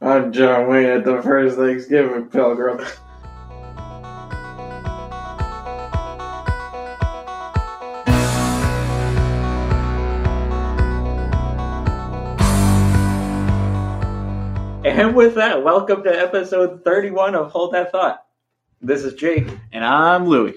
want John Wayne at the first Thanksgiving pilgrim. And with that, welcome to episode 31 of Hold That Thought. This is Jake, And I'm Louie.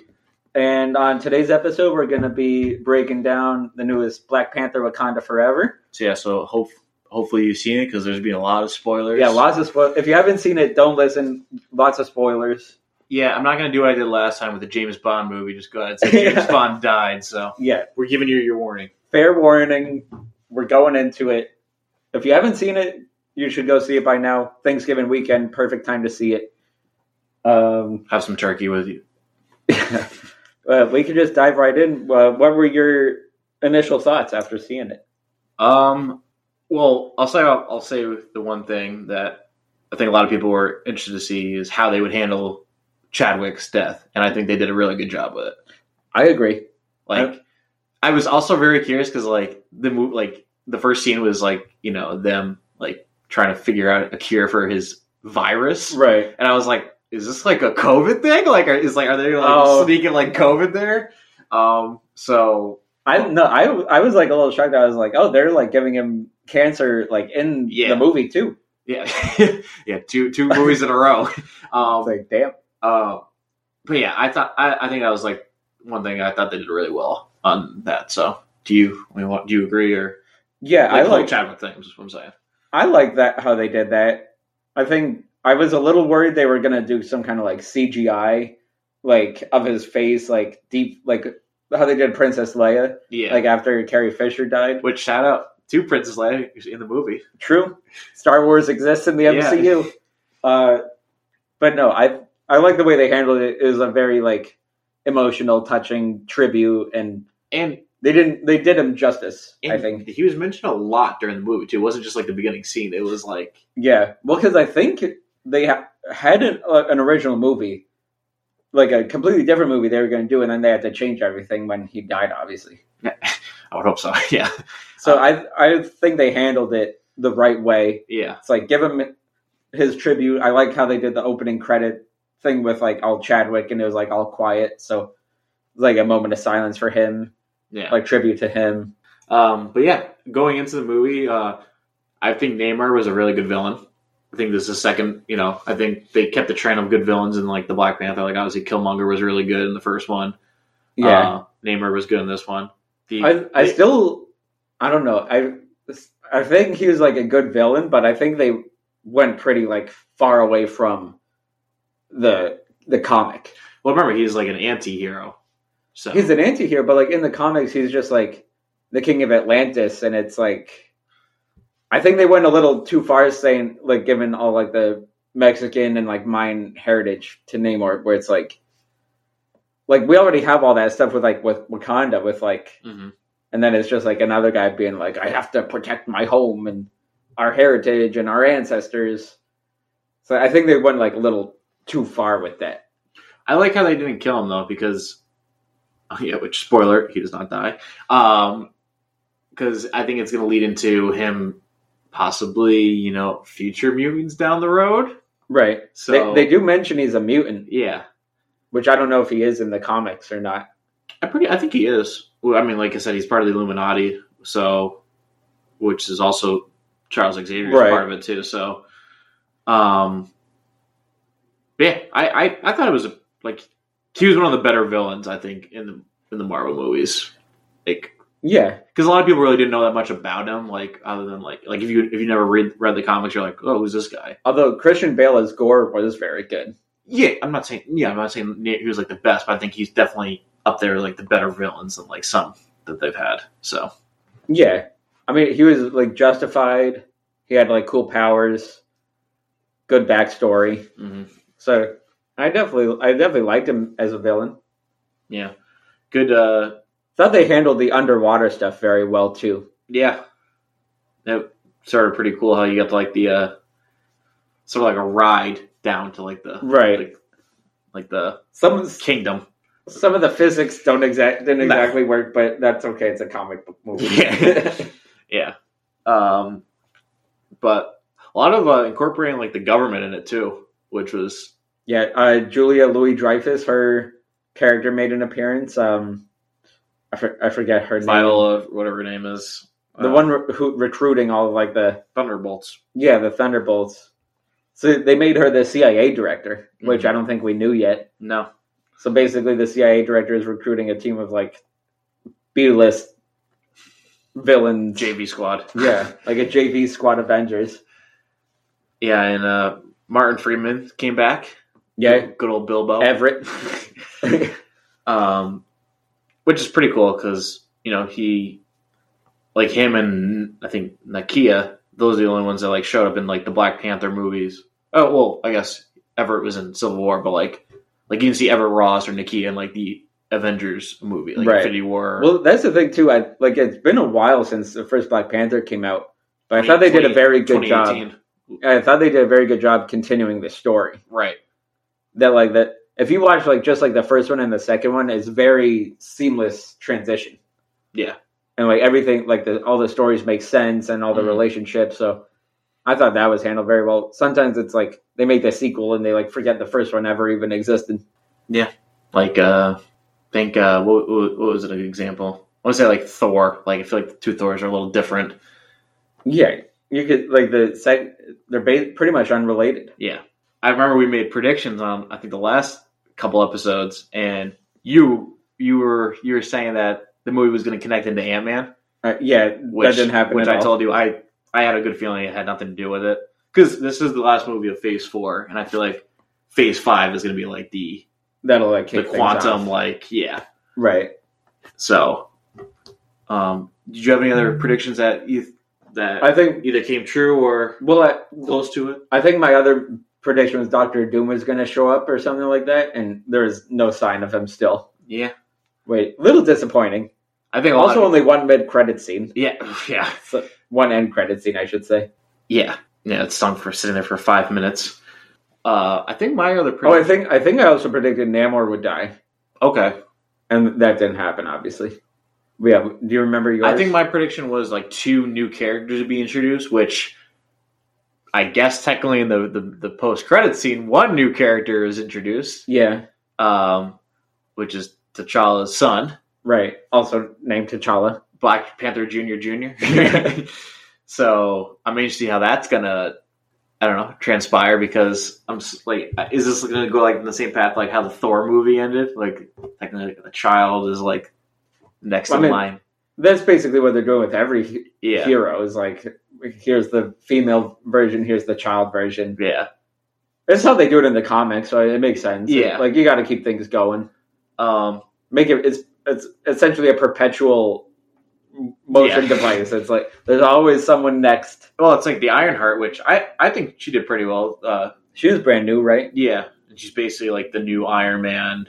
and on today's episode, we're going to be breaking down the newest Black Panther Wakanda Forever. So yeah, so hope hopefully you've seen it because there's been a lot of spoilers. Yeah, lots of spoilers. If you haven't seen it, don't listen. Lots of spoilers. Yeah, I'm not gonna do what I did last time with the James Bond movie. Just go ahead and say James Yeah. Bond died. So Yeah, we're giving you your warning. fair warning. We're going into it. If you haven't seen it, you should go see it by now. Thanksgiving weekend, perfect time to see it. Um, Have some turkey with you. uh, we can just dive right in. Uh, what were your initial thoughts after seeing it? Um, well, I'll say I'll, I'll say the one thing that I think a lot of people were interested to see is how they would handle Chadwick's death, and I think they did a really good job with it. I agree. Like, I was also very curious because like the move, like the first scene was like you know them like trying to figure out a cure for his virus, Right. and I was like, is this like a COVID thing? Like, are, is like are they like Oh. sneaking like COVID there? Um, so I no, I I was like a little shocked. I was like, oh, they're like giving him cancer, like in Yeah. the movie too. yeah, yeah, two two movies in a row. I was Um, like, damn. uh, but yeah, I thought I, I think that was like one thing I thought they did really well on that. So do you I mean, what, do you agree or Yeah, I the whole like Chadwick thing? Is what I'm saying. I like that how they did that. I think I was a little worried they were gonna do some kind of like CGI, like of his face, like deep, like how they did Princess Leia, Yeah, like after Carrie Fisher died. Which shout out to Princess Leia who's in the movie. True, Star Wars exists in the Yeah. MCU. Uh, but no, I I like the way they handled it. It was a very like emotional, touching tribute and And, They didn't. They did him justice. and I think. he was mentioned a lot during the movie too. It wasn't just like the beginning scene. It was like Yeah. Well, because I think they ha- had an, uh, an original movie, like a completely different movie they were going to do, and then they had to change everything when he died, obviously. I would hope so. yeah. So Uh, I I think they handled it the right way. Yeah. It's like give him his tribute. I like how they did the opening credit thing with like all Chadwick, and it was like all quiet. So like a moment of silence for him, Yeah. like tribute to him. Um but yeah, going into the movie, uh I think Neymar was a really good villain. I think this is the second, you know, I think they kept the train of good villains in like the Black Panther. Like obviously Killmonger was really good in the first one. Yeah. Uh, Neymar was good in this one. The, Um, I I still I don't know. I I think he was like a good villain, but I think they went pretty like far away from the the comic. well remember he's like an anti hero. So He's an anti-hero, but like in the comics he's just like the king of Atlantis and it's like I think they went a little too far saying like given all like the Mexican and like Mayan heritage to Namor where it's like like we already have all that stuff with like with Wakanda with like Mhm. and then it's just like another guy being like, I have to protect my home and our heritage and our ancestors. So I think they went like a little too far with that. I like how they didn't kill him though, because oh yeah, which spoiler, he does not die. Um, because I think it's going to lead into him possibly, you know, future mutants down the road. Right. So they, they do mention he's a mutant, yeah, which I don't know if he is in the comics or not. I pretty, I think he is. Well, I mean, like I said, he's part of the Illuminati, so which is also Charles Xavier's Right. part of it too. So, um, yeah, I, I, I thought it was a, like he was one of the better villains I think in the in the Marvel movies. Like Yeah. because a lot of people really didn't know that much about him, like other than like like if you if you never read read the comics, you're like, oh, who's this guy? Although Christian Bale as Gore was very good. Yeah, I'm not saying yeah, I'm not saying Na- he was like the best, but I think he's definitely up there like the better villains than like some that they've had. So Yeah. I mean, he was like justified. He had like cool powers, good backstory. Mm-hmm. So I definitely, I definitely liked him as a villain. yeah, good. uh Thought they handled the underwater stuff very well too. Yeah, it started pretty cool how you got like the uh sort of like a ride down to like the Right. like, like the Some kingdom. some of the physics don't exact didn't No. exactly work, but that's okay. It's a comic book movie. Yeah. Yeah. Um, but A lot of uh, incorporating like the government in it too, which was Yeah, uh, Julia Louis Dreyfus, her character made an appearance. Um, I, for, I forget her Viola, whatever her name is. name. The uh, one re- who recruiting all of like the Thunderbolts. yeah the Thunderbolts. So they made her the CIA director, which I don't think we knew yet. No, So basically, the CIA director is recruiting a team of like B list villains. JV Squad. Yeah, like a JV squad Avengers. Yeah, and uh, Martin Freeman came back. Yeah, Good- good old Bilbo. Everett. um, which is pretty cool because you know he, like him and I think Nakia, those are the only ones that like showed up in like the Black Panther movies. Oh well, I guess Everett was in Civil War, but like like you can see Everett Ross or Nakia in like the Avengers movie, like Right. Infinity War. Well, that's the thing too. I like it's been a while since the first Black Panther came out, but I thought they did a very good job. 2018. I thought they did a very good job continuing the story. Right. That like that if you watch like just like the first one and the second one, it's very seamless transition. Yeah. and like everything, like the all the stories make sense and all the Mhm. relationships. So I thought that was handled very well. Sometimes it's like they make the sequel and they like forget the first one ever even existed. Like uh think uh what, what, what was it an example? I want to say like Thor. Like I feel like the two Thors are a little different. Yeah, you could like the sec. They're ba- pretty much unrelated. Yeah. I remember we made predictions on I think the last couple episodes and you you were you were saying that the movie was going to connect into Ant-Man, Uh, yeah, which that didn't happen. which at I all. told you I I had a good feeling it had nothing to do with it cuz this is the last movie of Phase 4 and I feel like Phase 5 is going to be like the that'll like the kick things quantum off. like yeah. right? So um did you have any other predictions that you that I think. either came true or Well, I, close to it? I think my other prediction was Doctor Doom was going to show up or something like that, and there is no sign of him still. Yeah. Wait, little disappointing. I think a lot Also, of- only one mid credit scene, yeah, yeah. one end credit scene, I should say. Yeah, yeah, it stunk for sitting there for five minutes. Uh, I think my other Oh, I think I think I also predicted Namor would die, okay. and that didn't happen, obviously. Yeah, do you remember yours? I think my prediction was like two new characters to be introduced, which I guess technically in the the, the post credit scene, one new character is introduced, yeah, um, which is T'Challa's son, right. Also named T'Challa. Black Panther Junior Junior. so I'm interested to see how that's gonna. I don't know, transpire because I'm s- like, is this going to go like in the same path like how the Thor movie ended? Like, like a, a child is like next I in mean, line. That's basically what they're doing with every Yeah, hero. Is like here's the female version, here's the child version. yeah. That's how they do it in the comics, so it makes sense. Yeah. like you got to keep things going. Um, Make it it's it's essentially a perpetual motion Yeah. device. It's like there's always someone next. well, it's like the Ironheart, which I I think she did pretty well. Uh, She was brand new, right? yeah, and she's basically like the new Iron Man,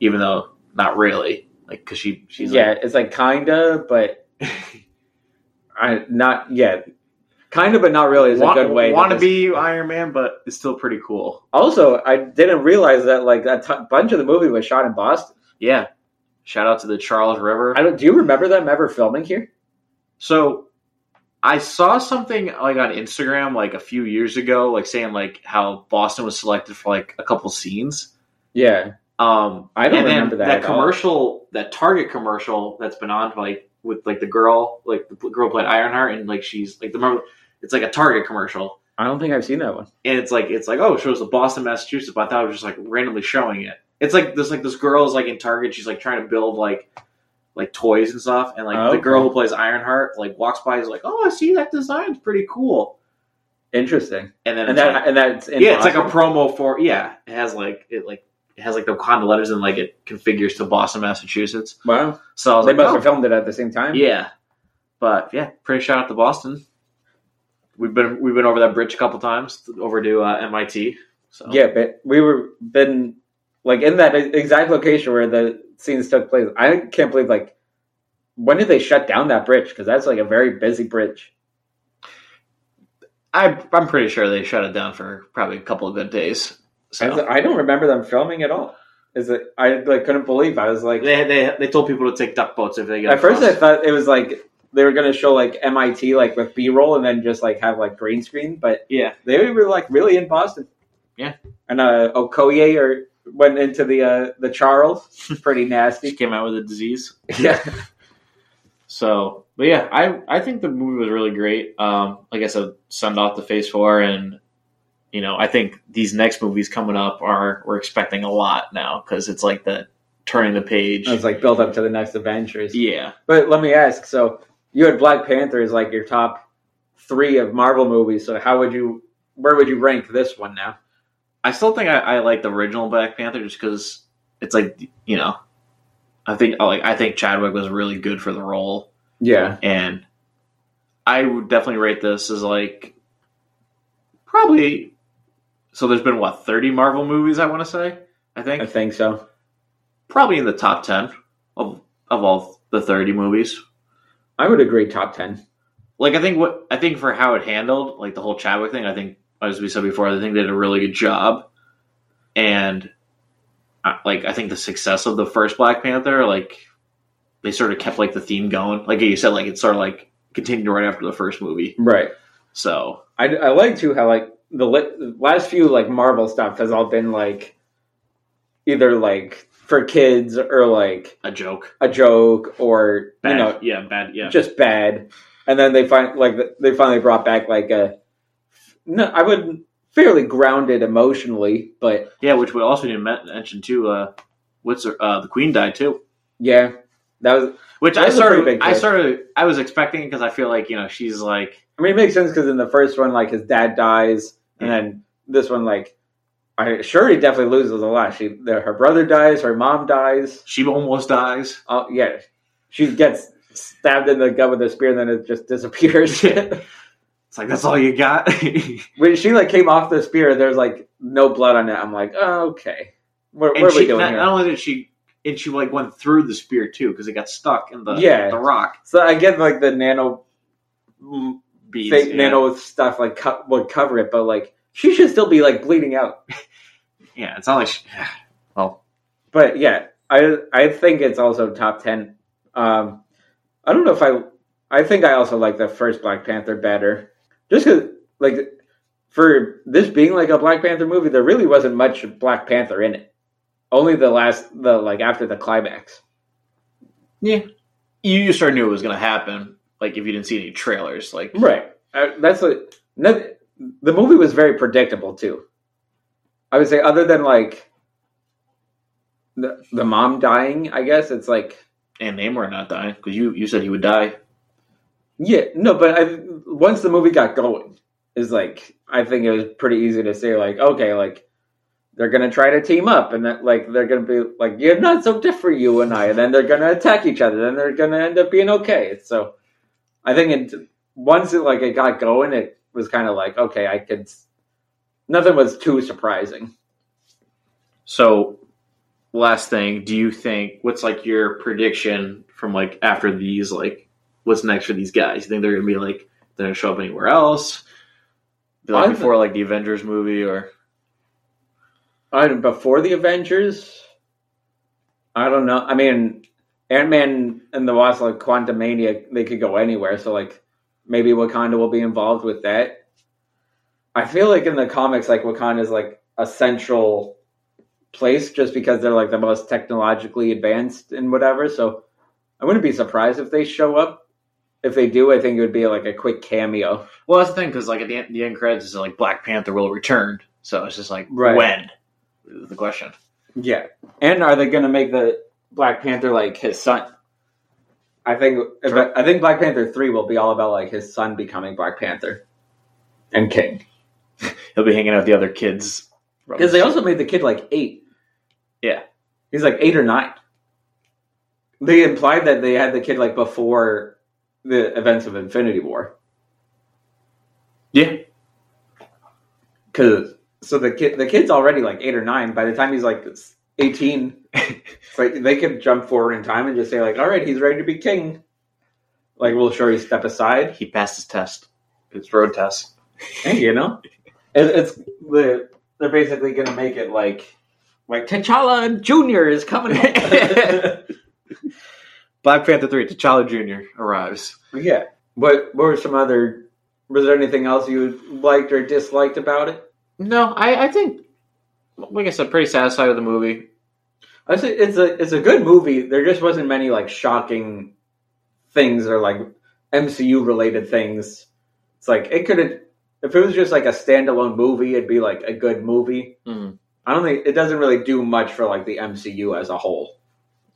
even though not really, like because she she's yeah, it's like kinda, but like, I not yet. Kinda, but not really is want, a good way. to want to just- be Iron Man, but it's still pretty cool. Also, I didn't realize that like a t- bunch of the movie was shot in Boston. Yeah. Shout out to the Charles River. I don't. Do you remember them ever filming here? so I saw something like on Instagram like a few years ago, like saying like how Boston was selected for like a couple scenes. Yeah, Um I don't and then remember that that at all. commercial that Target commercial that's been on like with like the girl, like the girl played Ironheart and like she's like the remember it's like a Target commercial. I don't think I've seen that one. And it's like it's like, oh, it shows the Boston, Massachusetts, but I thought it was just like randomly showing it. It's like this like this girl is like in Target, she's like trying to build like like toys and stuff, and like Oh, the girl okay. who plays Ironheart like walks by, is like, oh, I see that design's pretty cool, Interesting. and then And it's that like- and that's in yeah, it's like a Boston? promo for yeah, it has like it like it has like the Honda letters and like it configures to Boston, Massachusetts. wow. So I was They like, must oh, have filmed it at the same time. yeah, but yeah, pretty shout out to Boston. We've been we've been over that bridge a couple times over to uh, MIT. So yeah, but we were been like in that exact location where the scenes took place. I can't believe like when did they shut down that bridge? Because that's like a very busy bridge. I, I'm pretty sure they shut it down for probably a couple of good days. I, So I don't remember them filming at all. Is it? I like couldn't believe. I was like, they, they they told people to take duck boats if they get at first I across. thought it was like they were gonna show like MIT like with B roll and then just like have like green screen, but Yeah. they were like really in Boston. Yeah. and uh, Okoye or went into the uh, the Charles, pretty He nasty. came out with a disease. yeah, So, but yeah, I I think the movie was really great. Um, like I said, send off the Phase Four, and you know, I think these next movies coming up are we're expecting a lot now because it's like the turning the page. it was like build up to the next Avengers. Yeah, But let me ask: so you had Black Panther as like your top three of Marvel movies. So how would you, where would you rank this one now? I still think I, I like the original Black Panther just because it's like you know, I think like I think Chadwick was really good for the role, Yeah, and I would definitely rate this as like probably. So there's been what thirty Marvel movies? I want to say. I think. I think so. probably in the top 10 of of all the 30 movies I would agree, top ten. like i think what i think for how it handled like the whole chadwick thing i think as we said before i think they did a really good job and uh, like i think the success of the first black panther like they sort of kept like the theme going like you said like it sort of like continued right after the first movie Right. so I, I like too how like the li- last few like Marvel stuff has all been like either like for kids or like a joke a joke or bad you know yeah bad yeah just bad, and then they find like they finally brought back like a no I would fairly grounded emotionally, but yeah which we also didn't men- mention too uh what's her, uh the queen died too yeah, that was Which That I was a sort pretty of, big I twist. sort of, I was expecting because I feel like you know she's like I mean, it makes sense because in the first one, like his dad dies, and then this one, like, I sure he definitely loses a lot. She, the, her brother dies, her mom dies. she almost dies. Oh yeah, she gets stabbed in the gut with a spear, and then it just disappears. It's like that's all you got. when she like came off the spear, there's like no blood on it. I'm like, oh, okay, what, what and are she we doing not, here? not only did she, and she like went through the spear too because it got stuck in the Yeah. the rock so I get like the nano Mm, beads. fake yeah. nano stuff like co- would cover it, but like she should still be like bleeding out. Yeah, it's not like she, but yeah, I I think it's also top ten. Um, I don't know if I I think I also like the first Black Panther better, just because like for this being like a Black Panther movie, there really wasn't much Black Panther in it. Only the last the like after the climax. you, you sort of knew it was gonna happen. Like if you didn't see any trailers, like Right. Uh, that's what no, the movie was very predictable too. I would say, other than like the the mom dying, I guess it's like and Namor not dying because you you said he would die. Yeah, no, but I once the movie got going, is like I think it was pretty easy to say like, okay, like they're gonna try to team up, and that like they're gonna be like, you're not so different, you and I, and then they're gonna attack each other, then they're gonna end up being okay. So I think it once it like it got going, it was kind of like, okay, I could. Nothing was too surprising. So, last thing, do you think what's like your prediction from like after these like what's next for these guys? You think they're gonna be like they're gonna show up anywhere else? Be Like I'm- before like the Avengers movie or I don't- before the Avengers, I don't know. I mean, Ant Man and the Wasp, like Quantum Mania, they could go anywhere. So like, maybe Wakanda will be involved with that. I feel like in the comics, like Wakanda is like a central place just because they're like the most technologically advanced and whatever. So I wouldn't be surprised if they show up. If they do, I think it would be like a quick cameo. well that's the thing because like at the end, the end credits is like Black Panther will return so it's just like Right. when is the question Yeah. And are they going to make the Black Panther like his son? I think if- I think Black Panther 3 will be all about like his son becoming Black Panther and king. he'll be hanging out with the other kids Cuz they also made the kid like 8. Yeah. He's like 8 or 9. They implied that they had the kid like before the events of Infinity War. yeah Cause so the kid, the kid's already like eight or nine. By the time he's like eighteen, it's like they could jump forward in time and just say like, "All right, he's ready to be king." Like we'll sure you step aside, he passed his test his road test and you know, it, it's the they're basically gonna make it like like T'Challa Junior is coming. up. Black Panther three T'Challa Junior arrives Yeah. What, what were some other. Was there anything else you liked or disliked about it? No, I, I think, like I said, pretty satisfied with the movie. It's a, it's a it's a good movie. There just wasn't many like shocking things or like MCU related things. It's like it could have if it was just like a standalone movie, it'd be like a good movie. Mm. I don't think it doesn't really do much for like the MCU as a whole.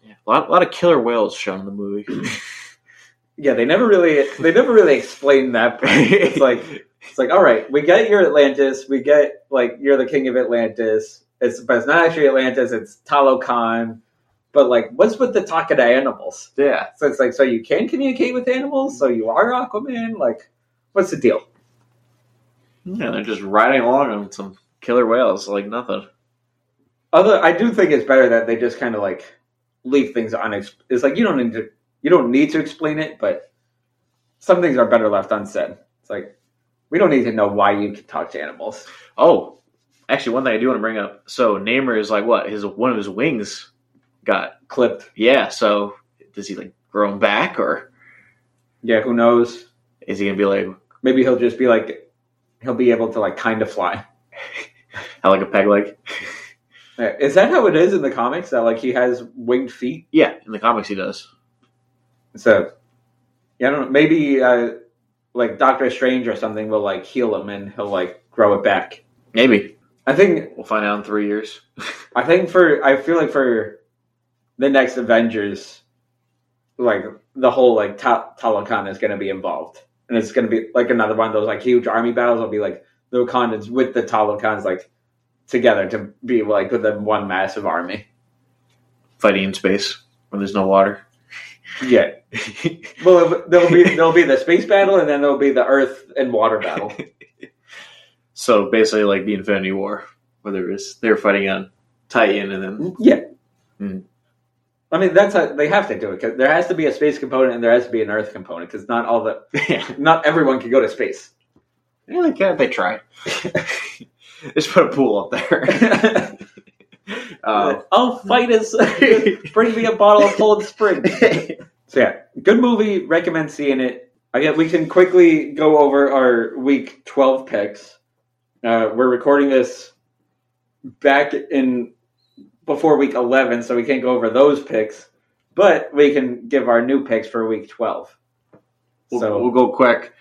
Yeah. A, lot, a lot of killer whales shown in the movie. Yeah, they never really they never really explain that. part. It's like it's like all right, we get your Atlantis, we get like you're the king of Atlantis. It's but it's not actually Atlantis, it's Talokan. But like, what's with the talking to animals? yeah. So it's like, so you can communicate with animals, so you are Aquaman. Like, what's the deal? Yeah, they're just riding along on some killer whales like nothing. Although I do think it's better that they just kind of like leave things unex. It's like you don't need to, you don't need to explain it, but some things are better left unsaid. It's like we don't need to know why you can talk to animals. Oh, actually, one thing I do want to bring up. So Namor is like what his one of his wings got. Clipped. Yeah. So does he like grow 'em back, or Yeah, who knows? is he gonna be like Maybe he'll just be like, he'll be able to like kind of fly. have like a peg leg? Yeah, Uh, Is that how it is in the comics? That like he has winged feet. Yeah, in the comics he does. So, yeah, I don't know. Maybe uh, like Doctor Strange or something will like heal him and he'll like grow it back. Maybe I think. we'll find out in three years. I think for. I feel like for the next Avengers, like the whole like Ta- Talokan is going to be involved, and it's going to be like another one of those like huge army battles. Will be like the Wakandans with the Talokans like together to be like within one massive army. Fighting in space when there's no water. Yeah. Well, there'll be there'll be the space battle, and then there'll be the Earth and water battle. so basically, like the Infinity War, where there was they were fighting on Titan, and then Yeah. Mm. I mean, that's how they have to do it. 'cause there has to be a space component and there has to be an Earth component because not all the yeah, not everyone can go to space. yeah, they can. They try. Just put a pool up there. I'll Um, fight us. Oh, Bring me a bottle of cold spring. so yeah, good movie. Recommend seeing it. I guess we can quickly go over our week twelve picks. Uh, we're recording this back in before week eleven, so we can't go over those picks, but we can give our new picks for week twelve. We'll, we'll go quick.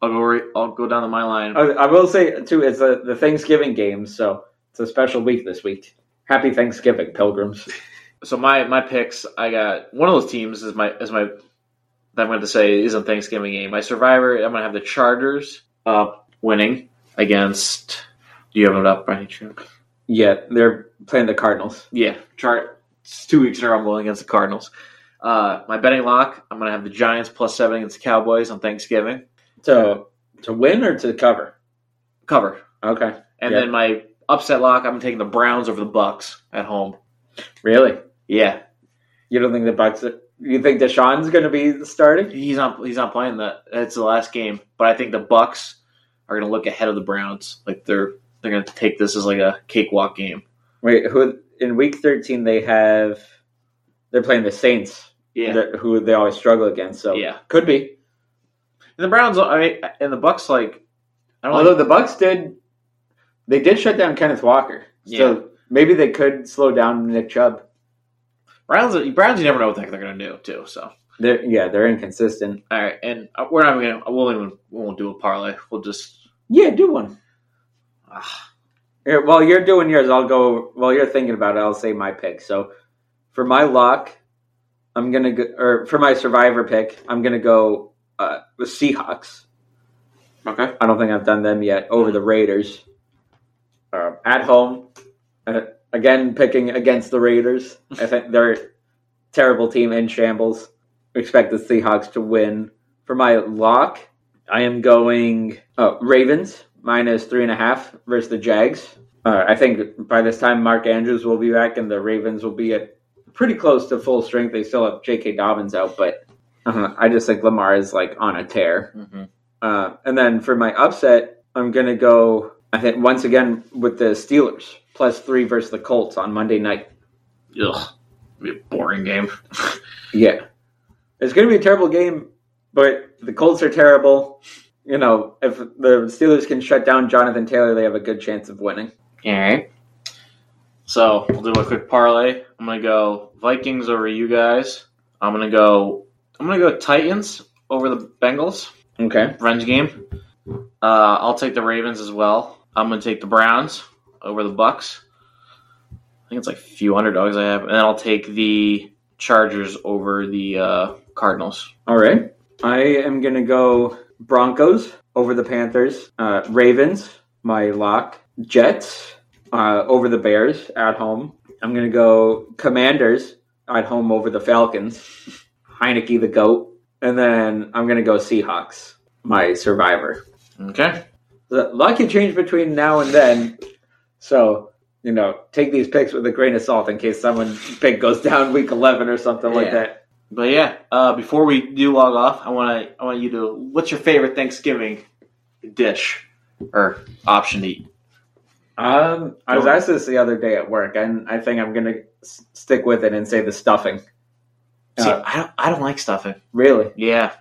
I'll go. Re- I'll go down the my line. I, I will say too, it's a, the Thanksgiving game, so it's a special week this week. Happy Thanksgiving, pilgrims. So my my picks. I got one of those teams is my is my that I'm going to say is a Thanksgiving game. My survivor. I'm going to have the Chargers up winning against. Do you have it up by any chance? Yeah, they're playing the Cardinals. Yeah, chart. It's two weeks in a row I'm going against the Cardinals. Uh, my betting lock. I'm going to have the Giants plus seven against the Cowboys on Thanksgiving. So to win or to cover? Cover. Okay. And Yeah. then my upset lock. I'm taking the Browns over the Bucks at home. Really? Yeah, You don't think the Bucks? Are, you think Deshaun's going to be starting? he's not he's not playing that. It's the last game, but I think the Bucks are going to look ahead of the Browns. Like they're they're going to take this as like a cakewalk game. Wait, who in week thirteen they have? They're playing the Saints, Yeah, that- who they always struggle against. So yeah. could be. And the Browns, I mean, and the Bucks, like I don't. Although the Bucks did, they did shut down Kenneth Walker. Yeah. So maybe they could slow down Nick Chubb. Browns, Browns, you never know what the heck they're going to do too. So They're yeah, they're inconsistent. All right, and uh, we're not even gonna. We'll even we won't do a parlay. We'll just. Yeah, do one. ah. Here, while you're doing yours, I'll go. While you're thinking about it, I'll say my pick. So, for my lock, I'm gonna go, or for my survivor pick, I'm gonna go uh, with Seahawks. okay. I don't think I've done them yet over the Raiders. Uh, at home, uh, again picking against the Raiders. I think they're a terrible team in shambles. Expect the Seahawks to win. For my lock, I am going oh, Ravens minus three and a half versus the Jags. Uh, I think by this time Mark Andrews will be back, and the Ravens will be at pretty close to full strength. They still have J.K. Dobbins out, but uh, I just think Lamar is like on a tear. Mm-hmm. Uh, and then for my upset, I'm going to go, I think, once again with the Steelers, plus three versus the Colts on Monday night. Ugh, be a boring game. Yeah. It's going to be a terrible game. But the Colts are terrible. You know, if the Steelers can shut down Jonathan Taylor, they have a good chance of winning. All right. So we'll do a quick parlay. I'm gonna go Vikings over you guys. I'm gonna go. I'm gonna go Titans over the Bengals. Okay. Revenge game. Uh, I'll take the Ravens as well. I'm gonna take the Browns over the Bucks. I think it's like a few underdogs I have, and then I'll take the Chargers over the uh, Cardinals. All right. I am going to go Broncos over the Panthers, uh, Ravens, my lock, Jets uh, over the Bears at home. I'm going to go Commanders at home over the Falcons, Heineke the GOAT, and then I'm going to go Seahawks, my survivor. Okay. A lot can change between now and then. So, you know, take these picks with a grain of salt in case someone pick goes down week 11 or something like Yeah. that. But yeah, uh, before we do log off, I want to I want you to what's your favorite Thanksgiving dish or option to eat? Um, I was Don't- asked this the other day at work, and I think I'm gonna s- stick with it and say the stuffing. See, Uh, I don't I don't like stuffing. Really, Yeah,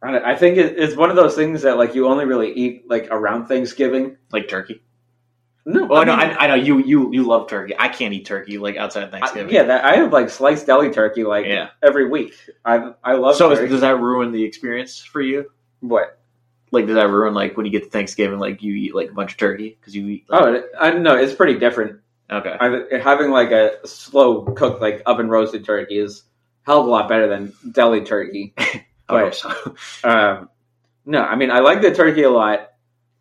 I I think it, it's one of those things that like you only really eat like around Thanksgiving. like turkey. No, Oh no, mean, I, I know you you you love turkey. I can't eat turkey like outside of I- Thanksgiving. yeah, that, I have like sliced deli turkey like Yeah. every week. I I love So is, turkey. does that ruin the experience for you? what? Like, does that ruin like when you get to Thanksgiving, like you eat like a bunch of turkey because you eat? Like, Oh, it- I don't know. It's pretty different. okay. I, having like a slow cooked like oven roasted turkey is hell of a lot better than deli turkey. I hope but- so. Um, no, I mean I like the turkey a lot,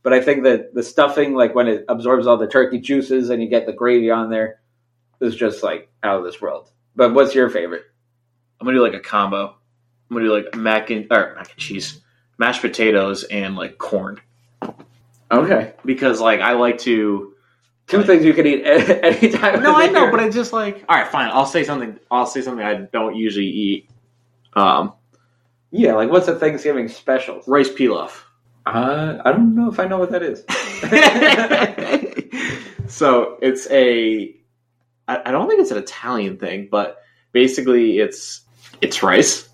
but I think that the stuffing, like when it absorbs all the turkey juices and you get the gravy on there, is just like out of this world. But what's your favorite? I'm gonna do like a combo. I'm gonna do like mac and or mac and cheese, mashed potatoes, and like corn Okay, because like I like to. two things you can eat a- any time. No, of the I know, year. but it's just like all right, fine. I'll say something. I'll say something I don't usually eat. Um, yeah, like what's a Thanksgiving special? rice pilaf. Uh, I don't know if I know what that is. so it's a I, I don't think it's an Italian thing, but basically it's it's rice.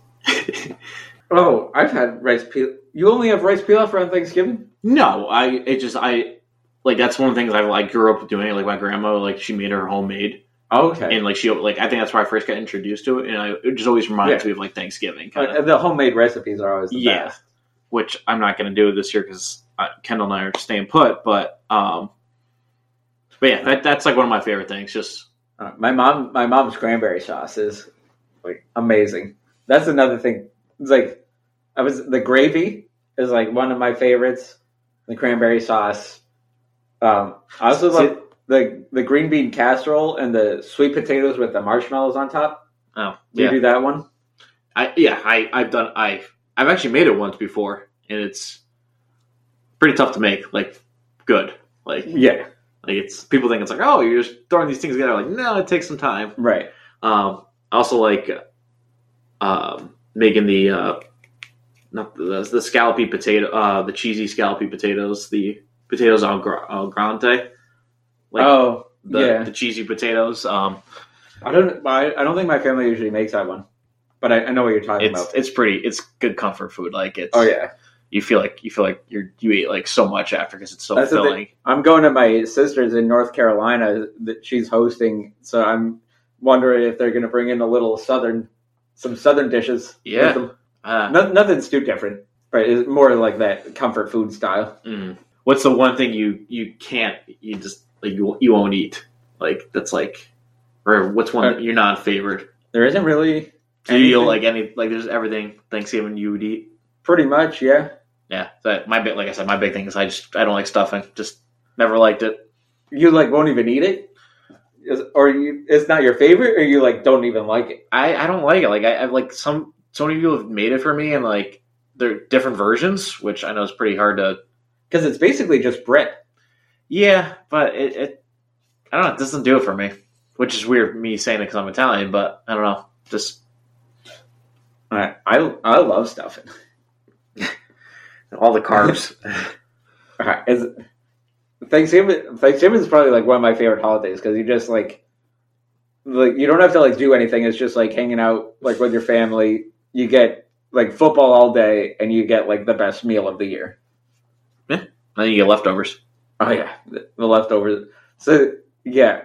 Oh, I've had rice peel. You only have rice pilaf around Thanksgiving? no, I it just I like that's one of the things I like grew up doing. Like my grandma, like she made her homemade, Okay, and like she like I think that's where I first got introduced to it, and I, it just always reminds Yeah. me of like Thanksgiving, kind Uh, the homemade recipes are always the Yeah. best. which I'm not going to do this year because Kendall and I are staying put. But um, but yeah, that, that's like one of my favorite things. Just Uh, my mom, my mom's cranberry sauce is like amazing. That's another thing. It's like I was the gravy is like one of my favorites. The cranberry sauce. Um, I also See- love the the green bean casserole and the sweet potatoes with the marshmallows on top. oh Do you do that one? I yeah, I I've done I I've actually made it once before, and it's pretty tough to make. Like good, like like Yeah, it's people think it's like oh you're just throwing these things together. Like no, it takes some time. right. Um, I also like um making the uh not the the scallopy potato uh the cheesy scallopy potatoes the potatoes al, gra- al grande Like, oh, the, yeah. the cheesy potatoes um I don't. I, I don't think my family usually makes that one, but I, I know what you're talking it's about. it's pretty it's good comfort food like it's Oh yeah. you feel like you feel like you're you ate like so much after because it's so That's the thing. filling. I'm going to my sister's in North Carolina that she's hosting, so I'm wondering if they're going to bring in a little southern, some southern dishes. with Yeah. them. Uh, No, nothing's too different, but it's more like that comfort food style. mm. What's the one thing you you can't you just like you you won't eat like that's like or what's one Uh, that you're not favored? There isn't really. Do you anything- like any like there's everything Thanksgiving you would eat? Pretty much, yeah. Yeah, that my big like I said my big thing is I just I don't like stuffing. Just never liked it. You like won't even eat it, Is, or you it's not your favorite, or you like don't even like it. I I don't like it. Like I, I like some so many people have made it for me and like they're different versions, which I know is pretty hard to Because it's basically just bread. Yeah, but it, it I don't know, it doesn't do it for me. Which is weird, me saying it because I'm Italian, but I don't know. Just I I, I love stuffing. all the carbs. Alright, Uh, Is Thanksgiving Thanksgiving is probably like one of my favorite holidays because you just like like you don't have to like do anything. It's just like hanging out like with your family. You get like football all day, and you get like the best meal of the year. And then you get leftovers. Oh yeah, the, the leftovers. So yeah,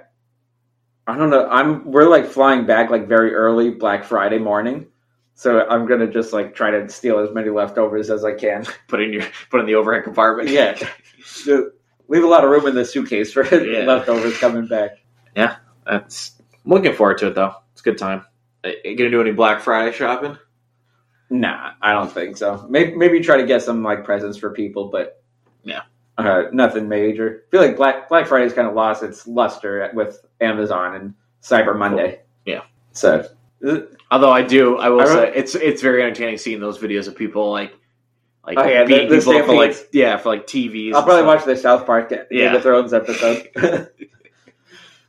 I don't know. I'm we're like flying back like very early Black Friday morning, so I'm gonna just like try to steal as many leftovers as I can. Put in your put in the overhead compartment. Yeah. So leave a lot of room in the suitcase for Yeah. leftovers coming back. That's I'm looking forward to it though. It's a good time. Are you gonna do any Black Friday shopping? Nah, I don't think so. Maybe maybe try to get some like presents for people, but Yeah. uh, nothing major. I feel like Black Black Friday's kind of lost its luster with Amazon and Cyber Monday. Yeah. So Although I do, I will I say remember- it's it's very entertaining seeing those videos of people like like Oh, yeah, beating the- the people up for stampedes. like yeah for like TVs. I'll and probably stuff. watch the South Park Game Yeah. of Thrones episode. the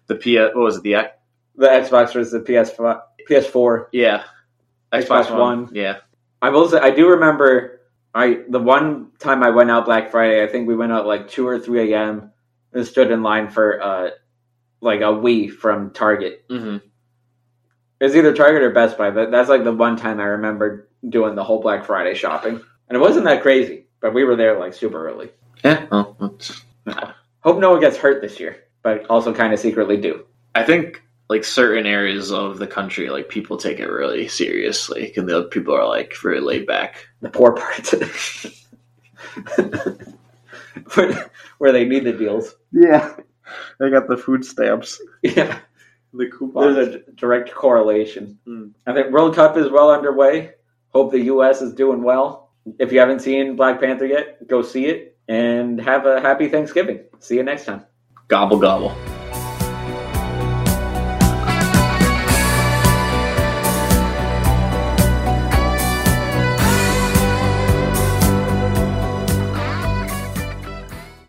the P. What was it? The X- Xbox versus the PS PS4. yeah Xbox One. Yeah, I will say I do remember I the one time I went out Black Friday, I think we went out like two or three AM and stood in line for uh like a Wii from Target. hmm It was either Target or Best Buy, but that's like the one time I remember doing the whole Black Friday shopping. And it wasn't that crazy, but we were there like super early. yeah. well, that's- Hope no one gets hurt this year, but also kind of secretly do. I think like certain areas of the country, like people take it really seriously, and the other people are like very laid back. the poor parts where, where they need the deals. Yeah, they got the food stamps, Yeah, the coupons. there's a direct correlation. Mm. I think World Cup is well underway. Hope the U.S. is doing well. If you haven't seen Black Panther yet, go see it and have a happy Thanksgiving. See you next time. gobble gobble.